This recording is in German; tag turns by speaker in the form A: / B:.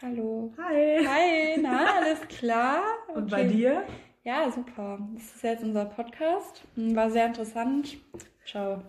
A: Hallo.
B: Hi.
A: Hi, na, alles klar?
B: Und
A: Okay.
B: bei dir?
A: Ja, super. Das ist jetzt unser Podcast. Hm, War sehr interessant. Ciao.